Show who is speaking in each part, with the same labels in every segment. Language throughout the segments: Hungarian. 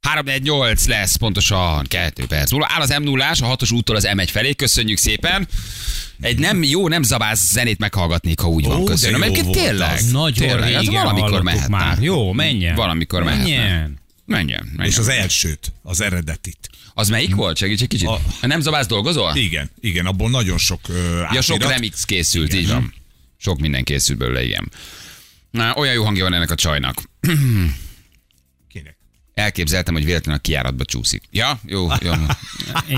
Speaker 1: 348 lesz pontosan 2 perc múlva. Áll az m 0 a hatos úttól az M1 felé. Köszönjük szépen. Egy nem jó, nem zabász zenét meghallgatnék, ha úgy van.
Speaker 2: Ó, de
Speaker 1: Köszönöm.
Speaker 2: jó
Speaker 1: Egyébként
Speaker 2: volt
Speaker 1: tényleg.
Speaker 2: az.
Speaker 3: Nagyon
Speaker 1: tényleg. Hát
Speaker 3: régen
Speaker 1: valamikor
Speaker 3: hallottuk
Speaker 1: mehetne.
Speaker 3: már. Jó, menjen.
Speaker 1: Valamikor mehetne.
Speaker 3: Menjen.
Speaker 1: Menjen, menjen.
Speaker 2: És az elsőt, az eredetit.
Speaker 1: Az melyik volt? Segíts egy kicsit. A...
Speaker 2: A-
Speaker 1: Nem zabász dolgozol?
Speaker 2: Igen, igen, abból nagyon sok ö,
Speaker 1: Ja,
Speaker 2: átirat.
Speaker 1: sok remix készült, így van. Sok minden készült belőle, igen. Na, olyan jó hangja van ennek a csajnak.
Speaker 2: Kinek?
Speaker 1: Elképzeltem, hogy véletlenül a kiáratba csúszik. Ja, jó, jó.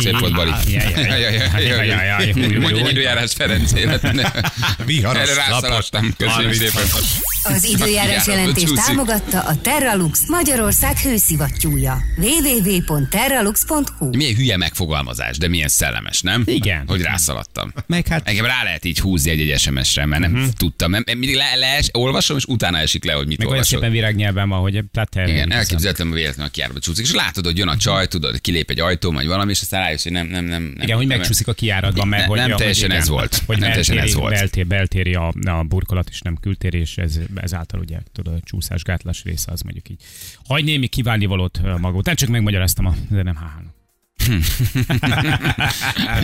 Speaker 1: Szép volt, Bali.
Speaker 3: Ja, ja, ja, ja, Hát, ja, ja, ja, ja.
Speaker 1: Mondj egy időjárás Ferenc életnek.
Speaker 2: Viharos
Speaker 1: Erre
Speaker 2: napos.
Speaker 1: rászaladtam. Köszönöm
Speaker 2: Harminc
Speaker 1: szépen.
Speaker 4: Az időjárás
Speaker 1: Kiáratba
Speaker 4: jelentés
Speaker 1: csúszik.
Speaker 4: támogatta a Terralux Magyarország hőszivattyúja. www.terralux.hu
Speaker 1: Milyen hülye megfogalmazás, de milyen szellemes, nem?
Speaker 3: Igen.
Speaker 1: Hogy rászaladtam.
Speaker 3: Meg hát
Speaker 1: Engem rá lehet így húzni egy, egy SMS-re, mert nem uh-huh. tudtam. Nem, mindig le, le, olvasom, és utána esik le, hogy mit
Speaker 3: Mhm. meg olyan
Speaker 1: olvasok.
Speaker 3: szépen virágnyelven van, hogy tehát
Speaker 1: Igen, elképzeltem, hogy véletlenül a kiáratba csúszik, és látod, hogy jön a csaj, tudod, kilép egy ajtó, vagy valami, és aztán rájössz, hogy nem, nem, nem. nem
Speaker 3: Igen, hogy
Speaker 1: nem-
Speaker 3: megcsúszik a kiáratban, mert
Speaker 1: Ne-
Speaker 3: hogy,
Speaker 1: nem
Speaker 3: ja, hogy
Speaker 1: teljesen
Speaker 3: igen,
Speaker 1: ez volt.
Speaker 3: Hogy
Speaker 1: Nem teljesen
Speaker 3: beltéri-
Speaker 1: ez volt.
Speaker 3: Beltéri, beltéri a, a, burkolat, és nem kültéri, és ez, ezáltal ugye tudod, a csúszás gátlás része az mondjuk így. Hagy némi kívánni valót maga után, csak megmagyaráztam a zenem hálán.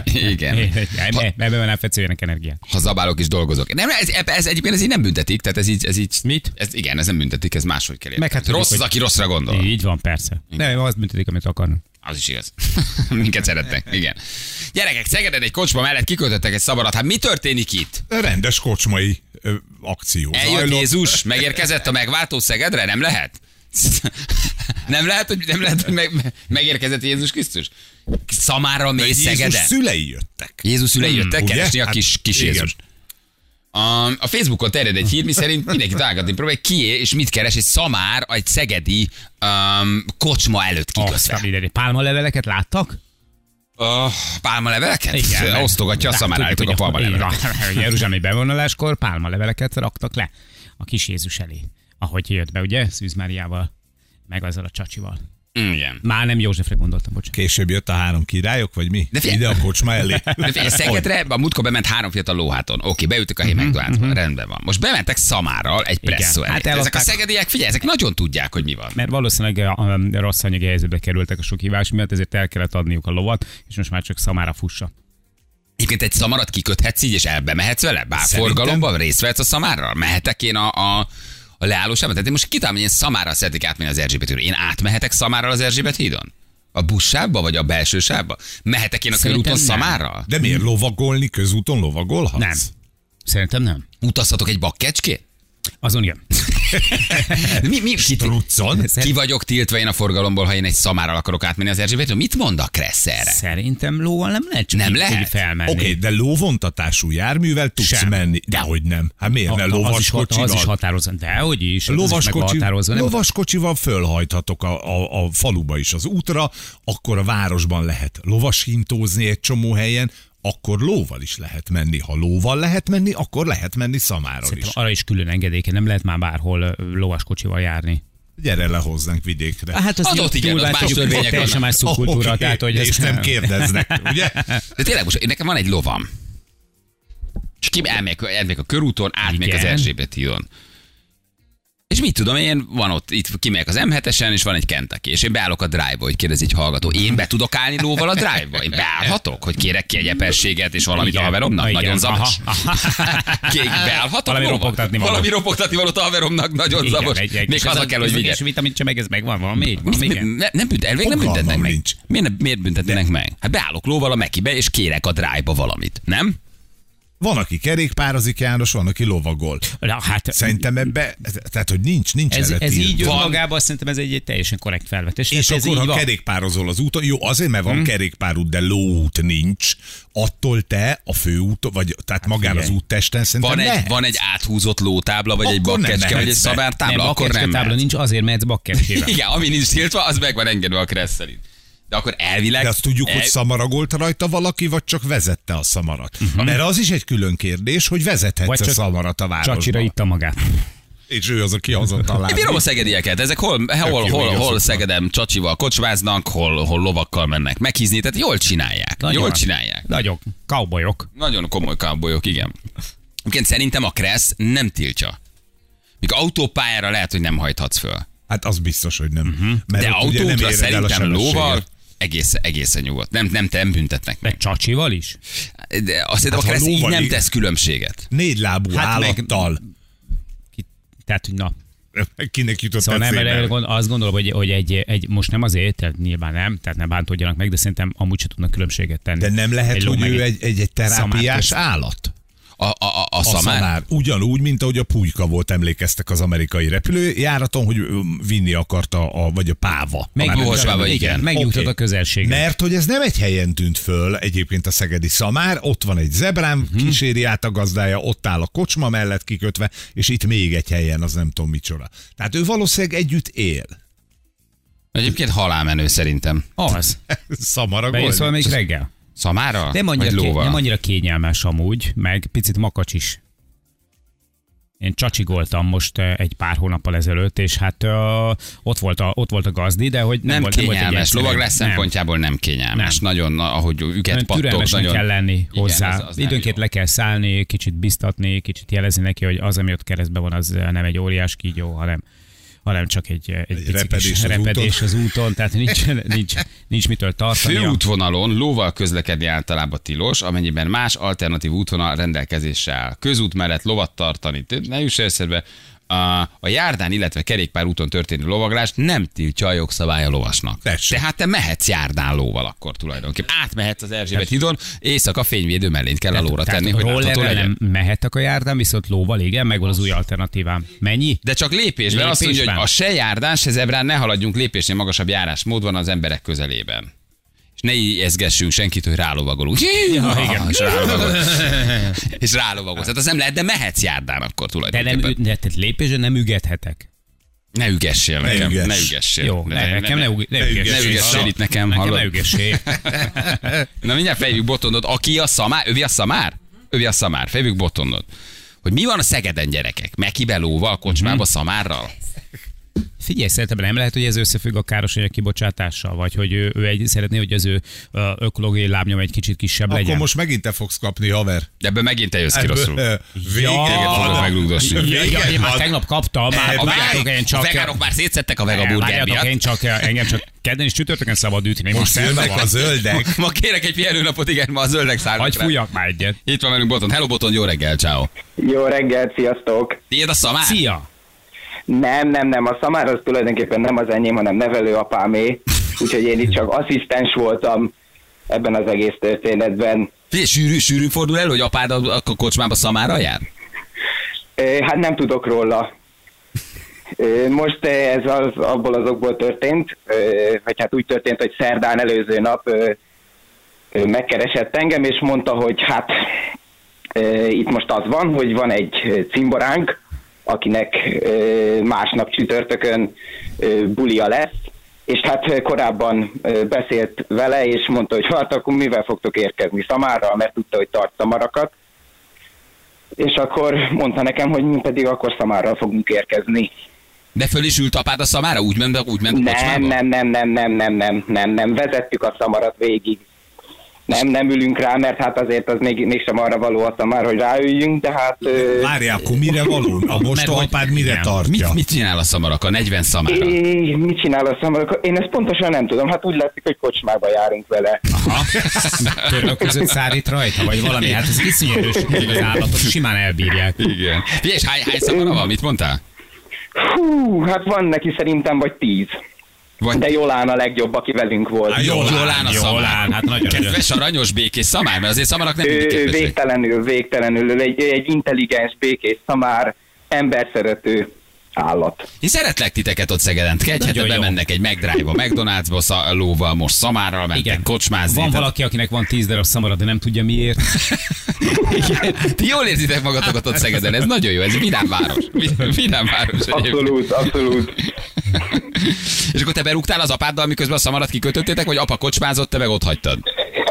Speaker 1: Igen. Ha,
Speaker 3: Ebben nem fecéljenek energiát.
Speaker 1: ha zabálok és dolgozok. Nem, ez, ez, egyébként ez így nem büntetik, tehát ez így, ez így
Speaker 3: Mit?
Speaker 1: Ez, igen, ez nem büntetik, ez máshogy kell érteni.
Speaker 3: Meg hát tudjuk,
Speaker 1: Rossz az,
Speaker 3: hogy-
Speaker 1: aki rosszra gondol.
Speaker 3: Így van, persze. Nem, azt büntetik, amit akarnak.
Speaker 1: Az is igaz. Minket szeretnek, igen. Gyerekek, Szegeden egy kocsma mellett kikötöttek egy szabarat. Hát mi történik itt?
Speaker 2: Rendes kocsmai ö, akció.
Speaker 1: Eljött
Speaker 2: zajlott.
Speaker 1: Jézus, megérkezett a megváltó Szegedre? Nem lehet? Nem lehet, hogy, nem lehet, hogy meg, megérkezett Jézus Krisztus? Szamára mész
Speaker 2: Jézus
Speaker 1: Szegeden?
Speaker 2: szülei jöttek.
Speaker 1: Jézus szülei
Speaker 3: Hmm,
Speaker 1: jöttek
Speaker 2: ugye?
Speaker 1: keresni a
Speaker 2: Hát
Speaker 1: kis, kis
Speaker 2: igen.
Speaker 1: Jézust. A, a Facebookon terjed egy hír, mi szerint mindenki találgatni próbálja, kié és mit keres egy szamár, egy szegedi um, kocsma előtt
Speaker 3: Azt
Speaker 1: kikötve.
Speaker 3: a mindenit. Pálmaleveleket láttak?
Speaker 1: Oh, pálmaleveleket? Igen. Osztogatja a
Speaker 3: Hát
Speaker 1: szamár
Speaker 3: tudjuk,
Speaker 1: állítok a
Speaker 3: hogy akkor-
Speaker 1: pálmaleveleket.
Speaker 3: így van. A Jeruzsálemi bevonuláskor pálmaleveleket raktak le a kis Jézus elé. Ahogy jött be, ugye? Szűz Máriával, meg azzal a csacsival.
Speaker 1: Mm, Igen.
Speaker 3: Már nem Józsefre gondoltam, bocsánat.
Speaker 2: Később jött a három királyok, vagy mi?
Speaker 1: De
Speaker 2: De
Speaker 1: figyelj-
Speaker 2: Ide a kocsma elé.
Speaker 1: De figyelj, Szegedre a múltkor bement három fiatal lóháton. Oké, beütök a helyi McDonald's-ba. Rendben van. Most bementek Szamárral egy
Speaker 3: Mhm, Igen.
Speaker 1: presszó elé. Hát
Speaker 3: Hát
Speaker 1: ezek a
Speaker 3: eladták.
Speaker 1: szegediek, figyelj, ezek nagyon tudják, hogy mi van.
Speaker 3: Mert valószínűleg a, a, a rossz anyagi helyzetbe kerültek a sok hívás miatt, ezért el kellett adniuk a lovat, és most már csak szamára fussa.
Speaker 1: Egyébként egy szamarat kiköthetsz így, és elbe mehetsz vele? Bár
Speaker 2: Szerintem.
Speaker 1: forgalomban részt vehetsz a szamárral? Mehetek én a, a a leállósába? Tehát én most kitálom, hogy én szamárral szeretnék átmenni az Erzsébet hídon. Én átmehetek szamárral az Erzsébet hídon? A buszsába vagy a belső sávba? Mehetek én a
Speaker 3: Szerintem
Speaker 1: körúton
Speaker 3: nem.
Speaker 1: szamárral?
Speaker 2: De miért lovagolni? Közúton lovagolhatsz?
Speaker 3: Nem. Szerintem nem.
Speaker 1: Utazhatok egy bakkecskét?
Speaker 3: Azon igen.
Speaker 1: Mi, mi, ki,
Speaker 2: Truccon?
Speaker 1: ki vagyok tiltva én a forgalomból, ha én egy szamárral akarok átmenni az Erzsébet hídon? Mit mond a Kressz erre?
Speaker 3: Szerintem lóval nem lehet csak
Speaker 1: Nem
Speaker 3: így-
Speaker 1: lehet?
Speaker 3: így felmenni.
Speaker 2: Oké, okay, de lóvontatású járművel tudsz
Speaker 3: Sem.
Speaker 2: Sem. menni. Dehogy nem. Hát miért ne
Speaker 3: A- az is, hat-
Speaker 2: lovaskocsival?
Speaker 3: az is határozza. Dehogy is.
Speaker 2: Lovaskocsi,
Speaker 3: Lovaskocsi,
Speaker 2: lovaskocsival fölhajthatok a, a, a faluba is az útra, akkor a városban lehet lovashintózni egy csomó helyen, akkor lóval is lehet menni. Ha lóval lehet menni, akkor lehet menni szamáron is.
Speaker 3: Szerintem arra is külön engedéke, nem lehet már bárhol ö, lovaskocsival járni.
Speaker 2: Gyere le hozzánk vidékre.
Speaker 3: Hát
Speaker 1: Az ott igen, ott más törvények
Speaker 3: teljesen
Speaker 1: vannak.
Speaker 3: más szubkultúra,
Speaker 2: Oké,
Speaker 3: tehát hogy
Speaker 2: és
Speaker 3: ez
Speaker 2: nem kérdeznek, ugye?
Speaker 1: De tényleg most nekem van egy lovam. És ki elmegyek, elmegyek a körúton, átmegyek az
Speaker 3: Igen.
Speaker 1: Erzsébet hídon. És mit tudom én, van ott, itt kimegyek az M7-esen, és van egy Kentucky, és én beállok a drive-ba, hogy kérdezi egy hallgató. Én be tudok állni lóval a drive-ba? Én beállhatok, hogy kérek ki egy eperséget, és valamit
Speaker 3: Igen.
Speaker 1: a haveromnak?
Speaker 3: Igen.
Speaker 1: Nagyon zavas.
Speaker 3: Aha.
Speaker 1: Kék, beállhatok
Speaker 3: Valami
Speaker 1: lóval?
Speaker 3: ropogtatni való.
Speaker 1: Valami ropogtatni valót a haveromnak, nagyon
Speaker 3: Igen,
Speaker 1: zavas.
Speaker 3: egy- egy-
Speaker 1: Még
Speaker 3: és
Speaker 1: haza
Speaker 3: az-
Speaker 1: kell, hogy
Speaker 3: az-
Speaker 1: vigyek.
Speaker 3: És vitamint sem meg, ez megvan, van még? Van
Speaker 1: Mit,
Speaker 3: még?
Speaker 1: mi, ne, nem bünt, elvég nem
Speaker 2: Fogalmam
Speaker 1: büntetnek meg.
Speaker 2: nincs.
Speaker 1: Miért, ne- miért büntetnek meg? Hát beállok lóval a Mekibe, és kérek a drive-ba valamit, nem?
Speaker 2: Van, aki kerékpározik, János, van, aki lovagol.
Speaker 3: Na, Hát,
Speaker 2: Szerintem ebbe, tehát, hogy nincs, nincs
Speaker 3: ez,
Speaker 2: erre
Speaker 3: ez így
Speaker 2: tiltva.
Speaker 3: önmagában szerintem ez egy, egy teljesen korrekt felvetés.
Speaker 2: És
Speaker 3: Tehát ez
Speaker 2: akkor,
Speaker 3: így
Speaker 2: ha
Speaker 3: van.
Speaker 2: kerékpározol az úton, jó, azért, mert van hmm. kerékpárút, de lóút nincs, attól te a főút, vagy tehát magán
Speaker 3: figyelj.
Speaker 2: az úttesten szerintem
Speaker 1: Van egy,
Speaker 2: lehet.
Speaker 1: van egy áthúzott lótábla, vagy egy
Speaker 2: Akkor nem
Speaker 1: bakkecske, vagy egy
Speaker 2: mehetsz be.
Speaker 1: szabártábla,
Speaker 3: nem,
Speaker 1: akkor nem
Speaker 3: tábla
Speaker 1: mehetsz.
Speaker 3: nincs, azért mehetsz bakkerékpára.
Speaker 1: Igen, ami nincs tiltva, az meg van engedve a kressz szerint. De akkor elvileg... Eh,
Speaker 2: De azt tudjuk, hogy
Speaker 1: el-
Speaker 2: szamaragolt rajta valaki, vagy csak vezette a szamarat. Uh-huh. Mert az is egy külön kérdés, hogy
Speaker 3: Vagy
Speaker 2: vezethetsz a
Speaker 3: csak
Speaker 2: szamarat a
Speaker 3: Csacsira
Speaker 2: városba.
Speaker 3: itta magát.
Speaker 2: És ő az, aki haza
Speaker 1: Én
Speaker 2: talál.
Speaker 1: bírom a szegedieket, ezek hol, hol,
Speaker 2: jó,
Speaker 1: hol,
Speaker 2: igazuk
Speaker 1: hol
Speaker 2: van.
Speaker 1: Szegedem csacsival kocsmáznak, hol, hol lovakkal mennek meghízni, tehát jól csinálják.
Speaker 3: Nagyon.
Speaker 1: Jól csinálják.
Speaker 3: Nagyok, kaubolyok.
Speaker 1: Nagyon komoly kábolyok, igen. Egyébként szerintem a Kressz nem tiltja. Még autópályára lehet, hogy nem hajthatsz föl.
Speaker 2: Hát az biztos, hogy nem. Uh-huh. Mert
Speaker 1: De
Speaker 2: ott ugye nem
Speaker 1: autóútra
Speaker 2: éred el a
Speaker 1: szerintem lóval
Speaker 2: sebességet.
Speaker 1: egész, egészen nyugodt. Nem, nem, nem büntetnek
Speaker 3: De
Speaker 1: meg.
Speaker 3: csacsival is?
Speaker 1: De azt hiszem,
Speaker 2: Hát, ha
Speaker 1: hát, így
Speaker 2: lóval
Speaker 1: nem
Speaker 2: így-
Speaker 1: tesz különbséget.
Speaker 2: Négy lábú hát
Speaker 3: Hát meg-
Speaker 2: állattal.
Speaker 3: Ki- Tehát, hogy na.
Speaker 2: Meg... Kinek jutott
Speaker 3: Szóval nem,
Speaker 2: eszébe?
Speaker 3: mert gond- azt gondolom, hogy, hogy egy, egy, most nem azért, tehát nyilván nem, tehát ne bántódjanak meg, de szerintem amúgy se tudnak különbséget tenni.
Speaker 2: De nem lehet,
Speaker 3: Egy ló
Speaker 2: hogy
Speaker 3: meg
Speaker 2: ő egy, egy, egy
Speaker 3: szamár
Speaker 2: terápiás
Speaker 3: közt.
Speaker 2: állat?
Speaker 1: A, a, a, a,
Speaker 2: A szamár.
Speaker 1: szamár.
Speaker 2: Ugyanúgy, mint ahogy a pulyka volt, emlékeztek az amerikai repülőjáraton, hogy ö, vinni akarta, a, vagy a páva.
Speaker 1: Meg
Speaker 2: Már nem
Speaker 1: Bohosvába,
Speaker 2: tudom,
Speaker 1: igen.
Speaker 3: Megnyugtat
Speaker 2: Oké.
Speaker 3: a közelséget.
Speaker 2: Mert hogy ez nem egy helyen tűnt föl egyébként a szegedi szamár, ott van egy zebrám,
Speaker 3: Mhm.
Speaker 2: uh-huh. kíséri át a gazdája, ott áll a kocsma mellett kikötve, és itt még egy helyen, az nem tudom micsoda. Tehát ő valószínűleg együtt él.
Speaker 1: Egyébként halálmenő szerintem.
Speaker 3: Az.
Speaker 2: Szamaragol?
Speaker 3: Bejössz valamelyik reggel?
Speaker 1: Szamára?
Speaker 3: Hát Nem annyira,
Speaker 1: Vagy
Speaker 3: ké,
Speaker 1: lóval?
Speaker 3: nem annyira kényelmes amúgy, meg picit makacs is. Én csacsigoltam most eh, egy pár hónappal ezelőtt, és hát ö, ott volt a, ott volt a gazdi, de hogy nem,
Speaker 1: Nem,
Speaker 3: volt, nem volt
Speaker 1: kényelmes.
Speaker 3: egy
Speaker 1: lovaglás
Speaker 3: egyszerű- nem.
Speaker 1: szempontjából nem kényelmes. Nagyon, na, ahogy üket
Speaker 3: Nagyon
Speaker 1: pattog,
Speaker 3: türelmesnek
Speaker 1: nagyon...
Speaker 3: kell lenni
Speaker 1: Igen,
Speaker 3: hozzá.
Speaker 1: az- az nem
Speaker 3: Időnként
Speaker 1: jó.
Speaker 3: le kell szállni, kicsit biztatni, kicsit jelezni neki, hogy az, ami ott keresztben van, az nem egy óriás kígyó, hanem hanem csak egy, egy, egy
Speaker 2: repedés az
Speaker 3: repedés az úton, tehát nincs, nincs, nincs mitől tartani.
Speaker 1: Főútvonalon lóval közlekedni általában tilos, amennyiben más alternatív útvonal rendelkezésre áll. Közút mellett lovat tartani, t- ne juss el eszedbe. A, a járdán, illetve kerékpár úton történő lovaglás nem tiltja a jogszabály a lovasnak.
Speaker 2: Tessék.
Speaker 1: Tehát te mehetsz járdán lóval akkor tulajdonképpen. Átmehetsz az Erzsébet hídon, éjszaka fényvédő mellényt kell a lóra tenni, hogy látható
Speaker 3: rollerrel
Speaker 1: legyen.
Speaker 3: nem mehetek a járdán, viszont lóval igen, megvan az új alternatívám. Mennyi?
Speaker 1: De csak lépésben. Azt mondja, hogy
Speaker 3: Lépésben.
Speaker 1: a se járdán, se zebrán ne haladjunk lépésnél magasabb járásmód van az emberek közelében. És ne ijeszgessünk senkit, hogy rálovagolunk. Ja, igen. És rálovagol. és rálovagol. Tehát az nem lehet, de mehetsz járdán akkor
Speaker 3: De nem,
Speaker 1: tulajdonképpen.
Speaker 3: de, tehát lépésre nem ügethetek.
Speaker 1: ne ügessél
Speaker 2: Ne
Speaker 1: nekem.
Speaker 2: ügess.
Speaker 1: Ne ügessél.
Speaker 3: Jó, ne, nekem ne, üg- ne
Speaker 1: ne
Speaker 3: ügessél.
Speaker 1: ügessél itt nekem,
Speaker 3: Nekem
Speaker 1: hallod?
Speaker 3: ne ügessél.
Speaker 1: Na mindjárt fejvük botondot. Aki a szamár, övi a szamár? Övi a szamár. Fejvük botondot. Hogy mi van a Szegeden gyerekek? Mekibe lóval,
Speaker 3: Mhm.
Speaker 1: kocsmába, szamárral?
Speaker 3: Figyelj, szerintem nem lehet, hogy ez összefügg a károsanyag kibocsátással, vagy hogy ő, ő egy, szeretné, hogy az ő ö, ökológiai lábnyom egy kicsit kisebb
Speaker 2: Akkor
Speaker 3: legyen.
Speaker 2: most megint te fogsz kapni, haver.
Speaker 1: De ebben megint te jössz ki rosszul.
Speaker 2: Ebből, ö, Vége
Speaker 1: Téged fognak
Speaker 2: van.
Speaker 1: megrugdosni.
Speaker 3: Ja, ja, én már
Speaker 2: van.
Speaker 3: tegnap kaptam, már
Speaker 2: Várjátok,
Speaker 3: várjátok, én
Speaker 1: a
Speaker 3: csak... Eh,
Speaker 1: vegánok már szétszettek Eh, a vegaburger
Speaker 3: Várjátok,
Speaker 1: miatt.
Speaker 3: én csak, eh, engem csak kedden és csütörtökön szabad ütni. Most,
Speaker 2: Most
Speaker 3: most
Speaker 2: jönnek a zöldek.
Speaker 1: Ma kérek egy pihenőnapot, igen, ma a zöldek szállnak
Speaker 3: Hagy
Speaker 1: rá.
Speaker 3: fújjak már egyet.
Speaker 1: Itt van velünk Boton. Hello Boton, jó reggel, ciao.
Speaker 5: Jó reggelt, sziasztok!
Speaker 1: Tiéd a szamár?
Speaker 3: Szia!
Speaker 5: Nem, nem, nem, a szamár az tulajdonképpen nem az enyém, hanem nevelőapámé, úgyhogy én itt csak asszisztens voltam ebben az egész történetben.
Speaker 1: Figyelj, sűrű, sűrű fordul el, hogy apád a, a kocsmába szamára jár?
Speaker 5: Ö, Hát nem tudok róla. Ö, Most ö, ez az, abból azokból történt, ö, vagy hát úgy történt, hogy szerdán előző nap ö, ö, megkeresett engem, és mondta, hogy hát ö, itt most az van, hogy van egy ö, cimboránk, akinek ö, másnap csütörtökön ö, bulia lesz, és hát ö, korábban ö, beszélt vele, és mondta, hogy hát akkor mivel fogtok érkezni Szamára, mert tudta, hogy tart Szamarakat, és akkor mondta nekem, hogy mi pedig akkor Szamárral fogunk érkezni.
Speaker 1: De föl is ült apád a szamára? Úgy ment, úgy ment a
Speaker 5: Nem,
Speaker 1: kocsmába?
Speaker 5: nem, nem, nem, nem, nem, nem, nem, nem, vezettük a Szamarat végig. Nem, nem ülünk rá, mert hát azért az még, mégsem arra való a Szamár, hogy ráüljünk, de hát... ö,
Speaker 2: Várjál, akkor mire való? A most
Speaker 3: Mert hogy-
Speaker 2: apád mire
Speaker 3: igen.
Speaker 2: tartja?
Speaker 1: Mit, mit csinál a szamaraka? 40 szamára?
Speaker 5: é, mit csinál a Szamar? Én ezt pontosan nem tudom, hát úgy látszik, hogy kocsmába járunk vele.
Speaker 3: Török között szárít rajta, vagy valami. Hát ez iszonyú erős, az állatok simán elbírják.
Speaker 1: Igen. Figyelj, és hány, hány szamara van? Mit mondtál?
Speaker 5: Hú, hát van neki szerintem vagy tíz.
Speaker 1: Vagy
Speaker 5: De Jolán a legjobb, aki velünk volt.
Speaker 1: jól, jól áll a
Speaker 3: jól
Speaker 1: szamár.
Speaker 3: áll, hát nagyon
Speaker 1: Kedves, aranyos, békés szamár, mert azért szamarak nem mindig
Speaker 5: Ő, ő
Speaker 1: kedvesek.
Speaker 5: végtelenül, végtelenül, ő egy, egy intelligens, békés, szamár, emberszerető állat.
Speaker 1: Én szeretlek titeket ott Szegeden. Egy hete
Speaker 3: jó.
Speaker 1: bemennek egy McDrive-ba, McDonald's-ba, szá- lóval, most szamára mentek Igen.
Speaker 3: Igen.
Speaker 1: kocsmázni.
Speaker 3: Van
Speaker 1: Tehát-
Speaker 3: valaki, akinek van tíz darab szamara, de nem tudja miért.
Speaker 1: Igen. Ti jól érzitek magatokat ott Szegeden, ez nagyon jó, ez vidám város. Vi- Vidám város. egyébként.
Speaker 5: Abszolút, abszolút.
Speaker 1: És akkor te berúgtál az apáddal, miközben a szamarat kikötöttétek, vagy apa kocsmázott, te meg ott hagytad?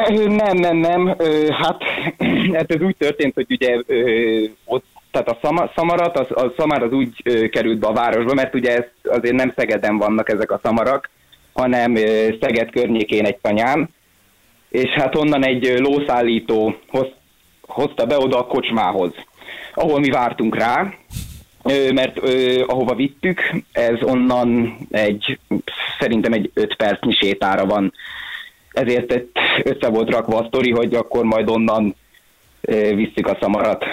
Speaker 5: Ö, Nem, nem, nem. Ö, Hát, hát ez úgy történt, hogy ugye ö, ott, tehát a szama- szamarat, az, a szamár az úgy ö, került be a városba, mert ugye ez, azért nem Szegeden vannak ezek a szamarak, hanem ö, Szeged környékén egy tanyán, és hát onnan egy ö, lószállító hoz, hozta be oda a kocsmához, ahol mi vártunk rá, Ö, mert ö, ahova vittük, ez onnan egy, szerintem egy 5 percnyi sétára van. Ezért itt össze volt rakva a sztori, hogy akkor majd onnan ö, visszük a szamarat.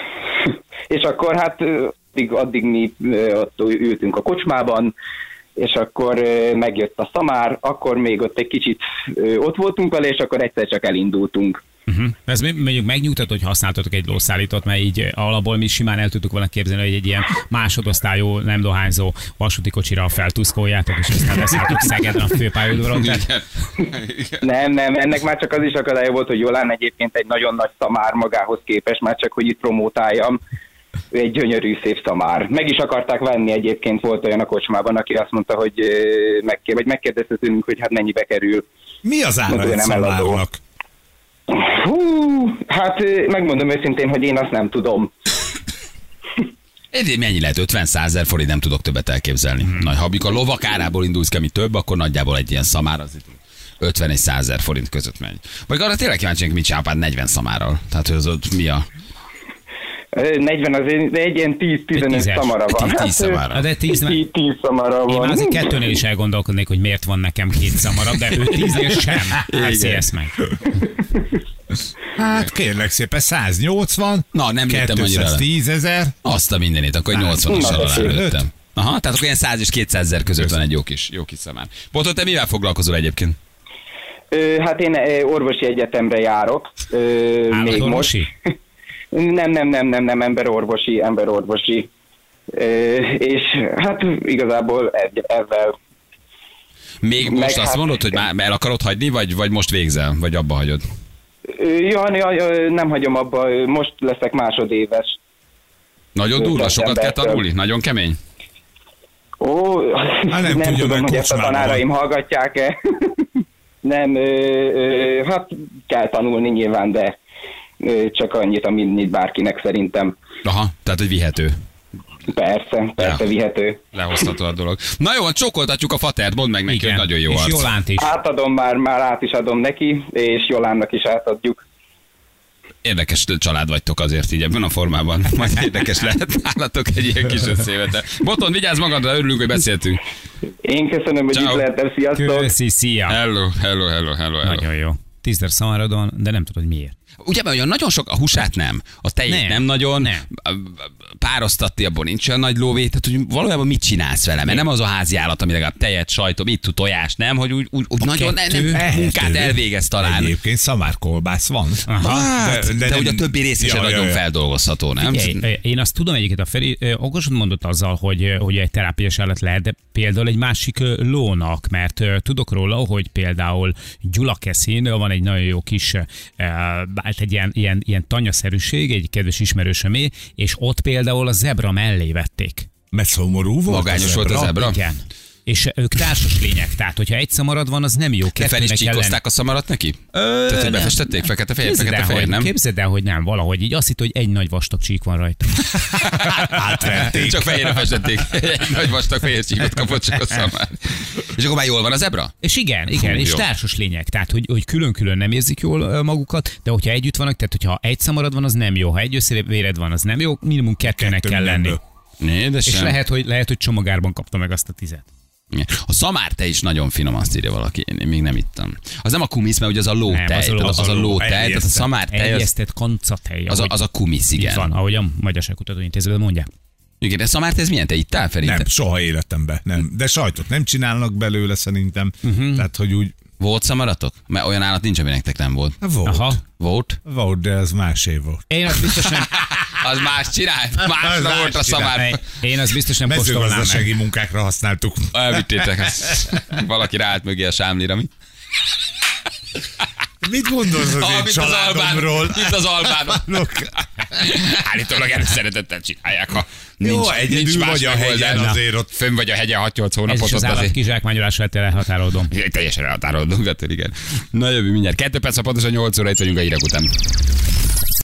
Speaker 5: és akkor hát ö, addig, addig mi ö, ott ültünk a kocsmában, és akkor ö, megjött a szamár, akkor még ott egy kicsit ö, ott voltunk vele, és akkor egyszer csak elindultunk.
Speaker 3: Uh-huh. Ez mi- mondjuk megnyugtat, hogy használtatok egy lószállítót, mert így alapból mi simán el tudtuk volna képzelni, hogy egy ilyen másodosztályú, nem dohányzó vasúti kocsira feltuszkoljátok, és aztán leszálltok Szegeden a főpályaudvaron. Tehát
Speaker 5: Nem, nem, ennek már csak az is akadálya volt, hogy Jolán egyébként egy nagyon nagy szamár magához képes, már csak hogy itt promotáljam, ő egy gyönyörű szép szamár. Meg is akarták venni egyébként, volt olyan a kocsmában, aki azt mondta, hogy ö, megkér, vagy megkérdezte tőlünk, hogy hát mennyibe kerül.
Speaker 2: Mi az ára
Speaker 5: Mondom,
Speaker 2: egy
Speaker 5: nem eladó.
Speaker 2: szalárnak?
Speaker 5: Hú, hát ö, megmondom őszintén, hogy én azt nem tudom.
Speaker 1: Egyébként mennyi lehet? 50 százer forint, nem tudok többet elképzelni. Hmm. Na, ha amikor lovak árából indulsz ki, ami több, akkor nagyjából egy ilyen szamár az itt 50 és 100 ezer forint között megy. Vagy arra tényleg kíváncsi vagyok, mit csinál apád 40 szamárral. Tehát, hogy az ott mi a...
Speaker 5: Ö, 40 az én, de egy ilyen 10-15
Speaker 3: Tízes.
Speaker 5: szamara van. Hát,
Speaker 1: 10
Speaker 5: ö,
Speaker 1: szamárral.
Speaker 3: Na de tíz, nem-
Speaker 5: 10 10 szamara
Speaker 3: én
Speaker 5: van.
Speaker 3: már azért kettőnél is elgondolkodnék, hogy miért van nekem két szamarabb, de ő tíznél sem. Hát
Speaker 1: Igen.
Speaker 3: ezt meg.
Speaker 2: Hát kérlek szépen 180,
Speaker 1: Na, nem léptem annyira le.
Speaker 2: 210 ezer,
Speaker 1: Azt a mindenét, akkor egy 80-as
Speaker 5: Na,
Speaker 1: alá
Speaker 5: szép.
Speaker 1: lőttem. Aha, tehát akkor ilyen 100 és 200 ezer között van egy jó kis, jó kis szamár. Boto, te mivel foglalkozol egyébként?
Speaker 5: Ö, Hát én ö, orvosi egyetemre járok. ö, még most.
Speaker 3: Állatorvosi?
Speaker 5: Nem, nem, nem, nem, nem, emberorvosi, emberorvosi. Ö, és hát igazából egy- ezzel
Speaker 1: Még
Speaker 5: Meg
Speaker 1: most azt
Speaker 5: hát-
Speaker 1: mondod, hogy már el akarod hagyni, vagy, vagy most végzel, vagy abba hagyod?
Speaker 5: Ö, Jaj, jaj, jaj, nem hagyom abba, ö, most leszek másodéves.
Speaker 1: Nagyon durva, sokat kell
Speaker 5: Szeptembertől.
Speaker 1: tanulni, nagyon kemény.
Speaker 5: Ó,
Speaker 2: Hát nem
Speaker 5: nem,
Speaker 2: tudja,
Speaker 5: nem
Speaker 2: meg
Speaker 5: tudom, hogy ezt a
Speaker 2: kocsmában
Speaker 5: tanáraim hallgatják-e. nem, ö, ö, hát kell tanulni nyilván, de ö, csak annyit, amit bárkinek szerintem.
Speaker 1: Aha, tehát, hogy vihető.
Speaker 5: Persze, persze
Speaker 1: Ja.
Speaker 5: vihető.
Speaker 1: Lehozható a dolog. Na jó, csókoltatjuk a fatert, mondd meg neki, hogy
Speaker 3: Igen.
Speaker 1: nagyon jó
Speaker 3: És
Speaker 1: arc.
Speaker 3: Jolánt is.
Speaker 5: Átadom már, már át is adom neki, és Jolánnak is átadjuk.
Speaker 1: Érdekes család vagytok azért így ebben a formában. Majd érdekes lehet nálatok egy ilyen kis összévete. Boton, vigyázz magadra, örülünk, hogy beszéltünk.
Speaker 5: Én köszönöm, hogy
Speaker 1: Ciao.
Speaker 5: itt lehetem, sziasztok!
Speaker 3: Köszi, szia.
Speaker 1: Hello, hello, hello, hello, hello.
Speaker 3: Nagyon jó. Tízder szamarod van, de nem tudod miért.
Speaker 1: Ugye, mert olyan nagyon sok, a húsát nem, a tejét nem,
Speaker 3: Nem.
Speaker 1: nem nagyon,
Speaker 3: Nem.
Speaker 1: párosztatni abból nincs olyan nagy lóvé, tehát hogy valójában mit csinálsz vele, mert nem az a házi állat, ami legalább tejet, sajtot, mit tud, tojás, nem, hogy úgy, úgy, úgy nagyon ne, nem,
Speaker 2: kettő
Speaker 1: munkát elvégez talán.
Speaker 2: egyébként szamárkolbász van. Hát,
Speaker 1: Aha, de, de, de
Speaker 2: nem-
Speaker 1: ugye a többi rész is
Speaker 2: Ja, ja,
Speaker 1: ja, nagyon
Speaker 2: ja.
Speaker 1: feldolgozható, nem?
Speaker 3: Figyelj, én azt tudom egyébként, a Feri ö, okosan mondott azzal, hogy, ö, hogy egy terápiás állat lehet, de például egy másik ö, lónak, mert ö, tudok róla, hogy például Gyulakeszin van egy nagyon jó kis, ö, ö, hát egy ilyen, ilyen, ilyen tanyaszerűség, egy kedves ismerősömé, és ott például a zebra mellé vették.
Speaker 2: Mert szomorú volt.
Speaker 1: Magányos
Speaker 2: az
Speaker 1: volt
Speaker 2: ebra.
Speaker 1: az ebra.
Speaker 3: Igen. És ők társas lények, tehát hogyha egy szamarad van, az nem jó.
Speaker 1: De fel is
Speaker 3: Kettőnek kell lenni.
Speaker 1: csíkozták a szamarat neki? Tehát, hogy befestették fekete fehér,
Speaker 3: Képzeld
Speaker 1: fekete
Speaker 3: el,
Speaker 1: fehér,
Speaker 3: hogy,
Speaker 1: nem?
Speaker 3: képzeld el, hogy nem, valahogy így azt hitt, hogy egy nagy vastag csík van rajta.
Speaker 2: Átverték.
Speaker 1: Csak fehérre festették. Egy nagy vastag fehér csíkot kapott csak a szamár. És akkor már jól van az ebra?
Speaker 3: És igen, igen,
Speaker 1: Fú,
Speaker 3: és
Speaker 1: jó.
Speaker 3: társas lények, tehát hogy, hogy külön-külön nem érzik jól ö, magukat, de hogyha együtt vannak, tehát hogyha egy szamarad van, az nem jó, ha egy összevéred van, az nem jó, minimum kettőnek
Speaker 2: Kettő
Speaker 3: kell lenni.
Speaker 2: mindenből.
Speaker 1: Né, de
Speaker 3: És
Speaker 1: sem.
Speaker 3: lehet hogy, lehet, hogy csomagárban kapta meg azt a tizet.
Speaker 1: A szamár te is nagyon finom, azt írja valaki. Én még nem ittam. Az nem a kumisz, mert ugye az a lótej.
Speaker 3: Nem, az a ló-
Speaker 1: Tehát az,
Speaker 3: az a
Speaker 1: a
Speaker 3: ló.
Speaker 1: lótej, tehát a
Speaker 2: Eljesztem.
Speaker 1: szamár tej, az,
Speaker 3: Egyeztet kancatej.
Speaker 1: Hát az, a, az a kumisz,
Speaker 3: igen. van,
Speaker 1: igen.
Speaker 3: ahogy a Magyarság Kutatóintézetben mondják.
Speaker 1: Igen, de szamár tej, ez milyen? Te ittál, Feri?
Speaker 2: Nem,
Speaker 1: Te-
Speaker 2: soha életemben nem. De sajtot nem csinálnak belőle szerintem.
Speaker 3: Mhm.
Speaker 2: Tehát, hogy úgy
Speaker 1: Volt szamaratok? Mert olyan állat nincs, ami nektek nem volt.
Speaker 2: volt.
Speaker 3: Aha.
Speaker 1: Volt?
Speaker 2: Volt, de az másé volt.
Speaker 3: Én azt biztos nem,
Speaker 1: Az más csinált. Más
Speaker 2: más
Speaker 1: volt
Speaker 2: csinált.
Speaker 1: a szamár.
Speaker 3: én azt biztos nem kóstolnám meg.
Speaker 2: Mezőgazdasági munkákra használtuk.
Speaker 1: Elvittétek ezt. Valaki ráállt mögé a sámlira, mi?
Speaker 2: Mit gondolsz az én
Speaker 1: mint az albán,
Speaker 2: családomról?
Speaker 1: mint az albánok. Állítólag előszeretettel csinálják, ha nincs,
Speaker 2: egyedül
Speaker 1: nincs más
Speaker 2: vagy a hegyen,
Speaker 1: megoldás.
Speaker 2: azért ott-
Speaker 1: Fönn vagy a hegyen 6-8
Speaker 3: Ez
Speaker 1: hónapot
Speaker 3: is az
Speaker 1: ott
Speaker 3: állat
Speaker 1: azért.
Speaker 3: kizsákmányolása ettől elhatárolódom.
Speaker 1: hát Teljesen elhatárolódunk, attól igen. Na jövő mindjárt. Kettő perc, a pontosan 8 óra, itt vagyunk a hírek után.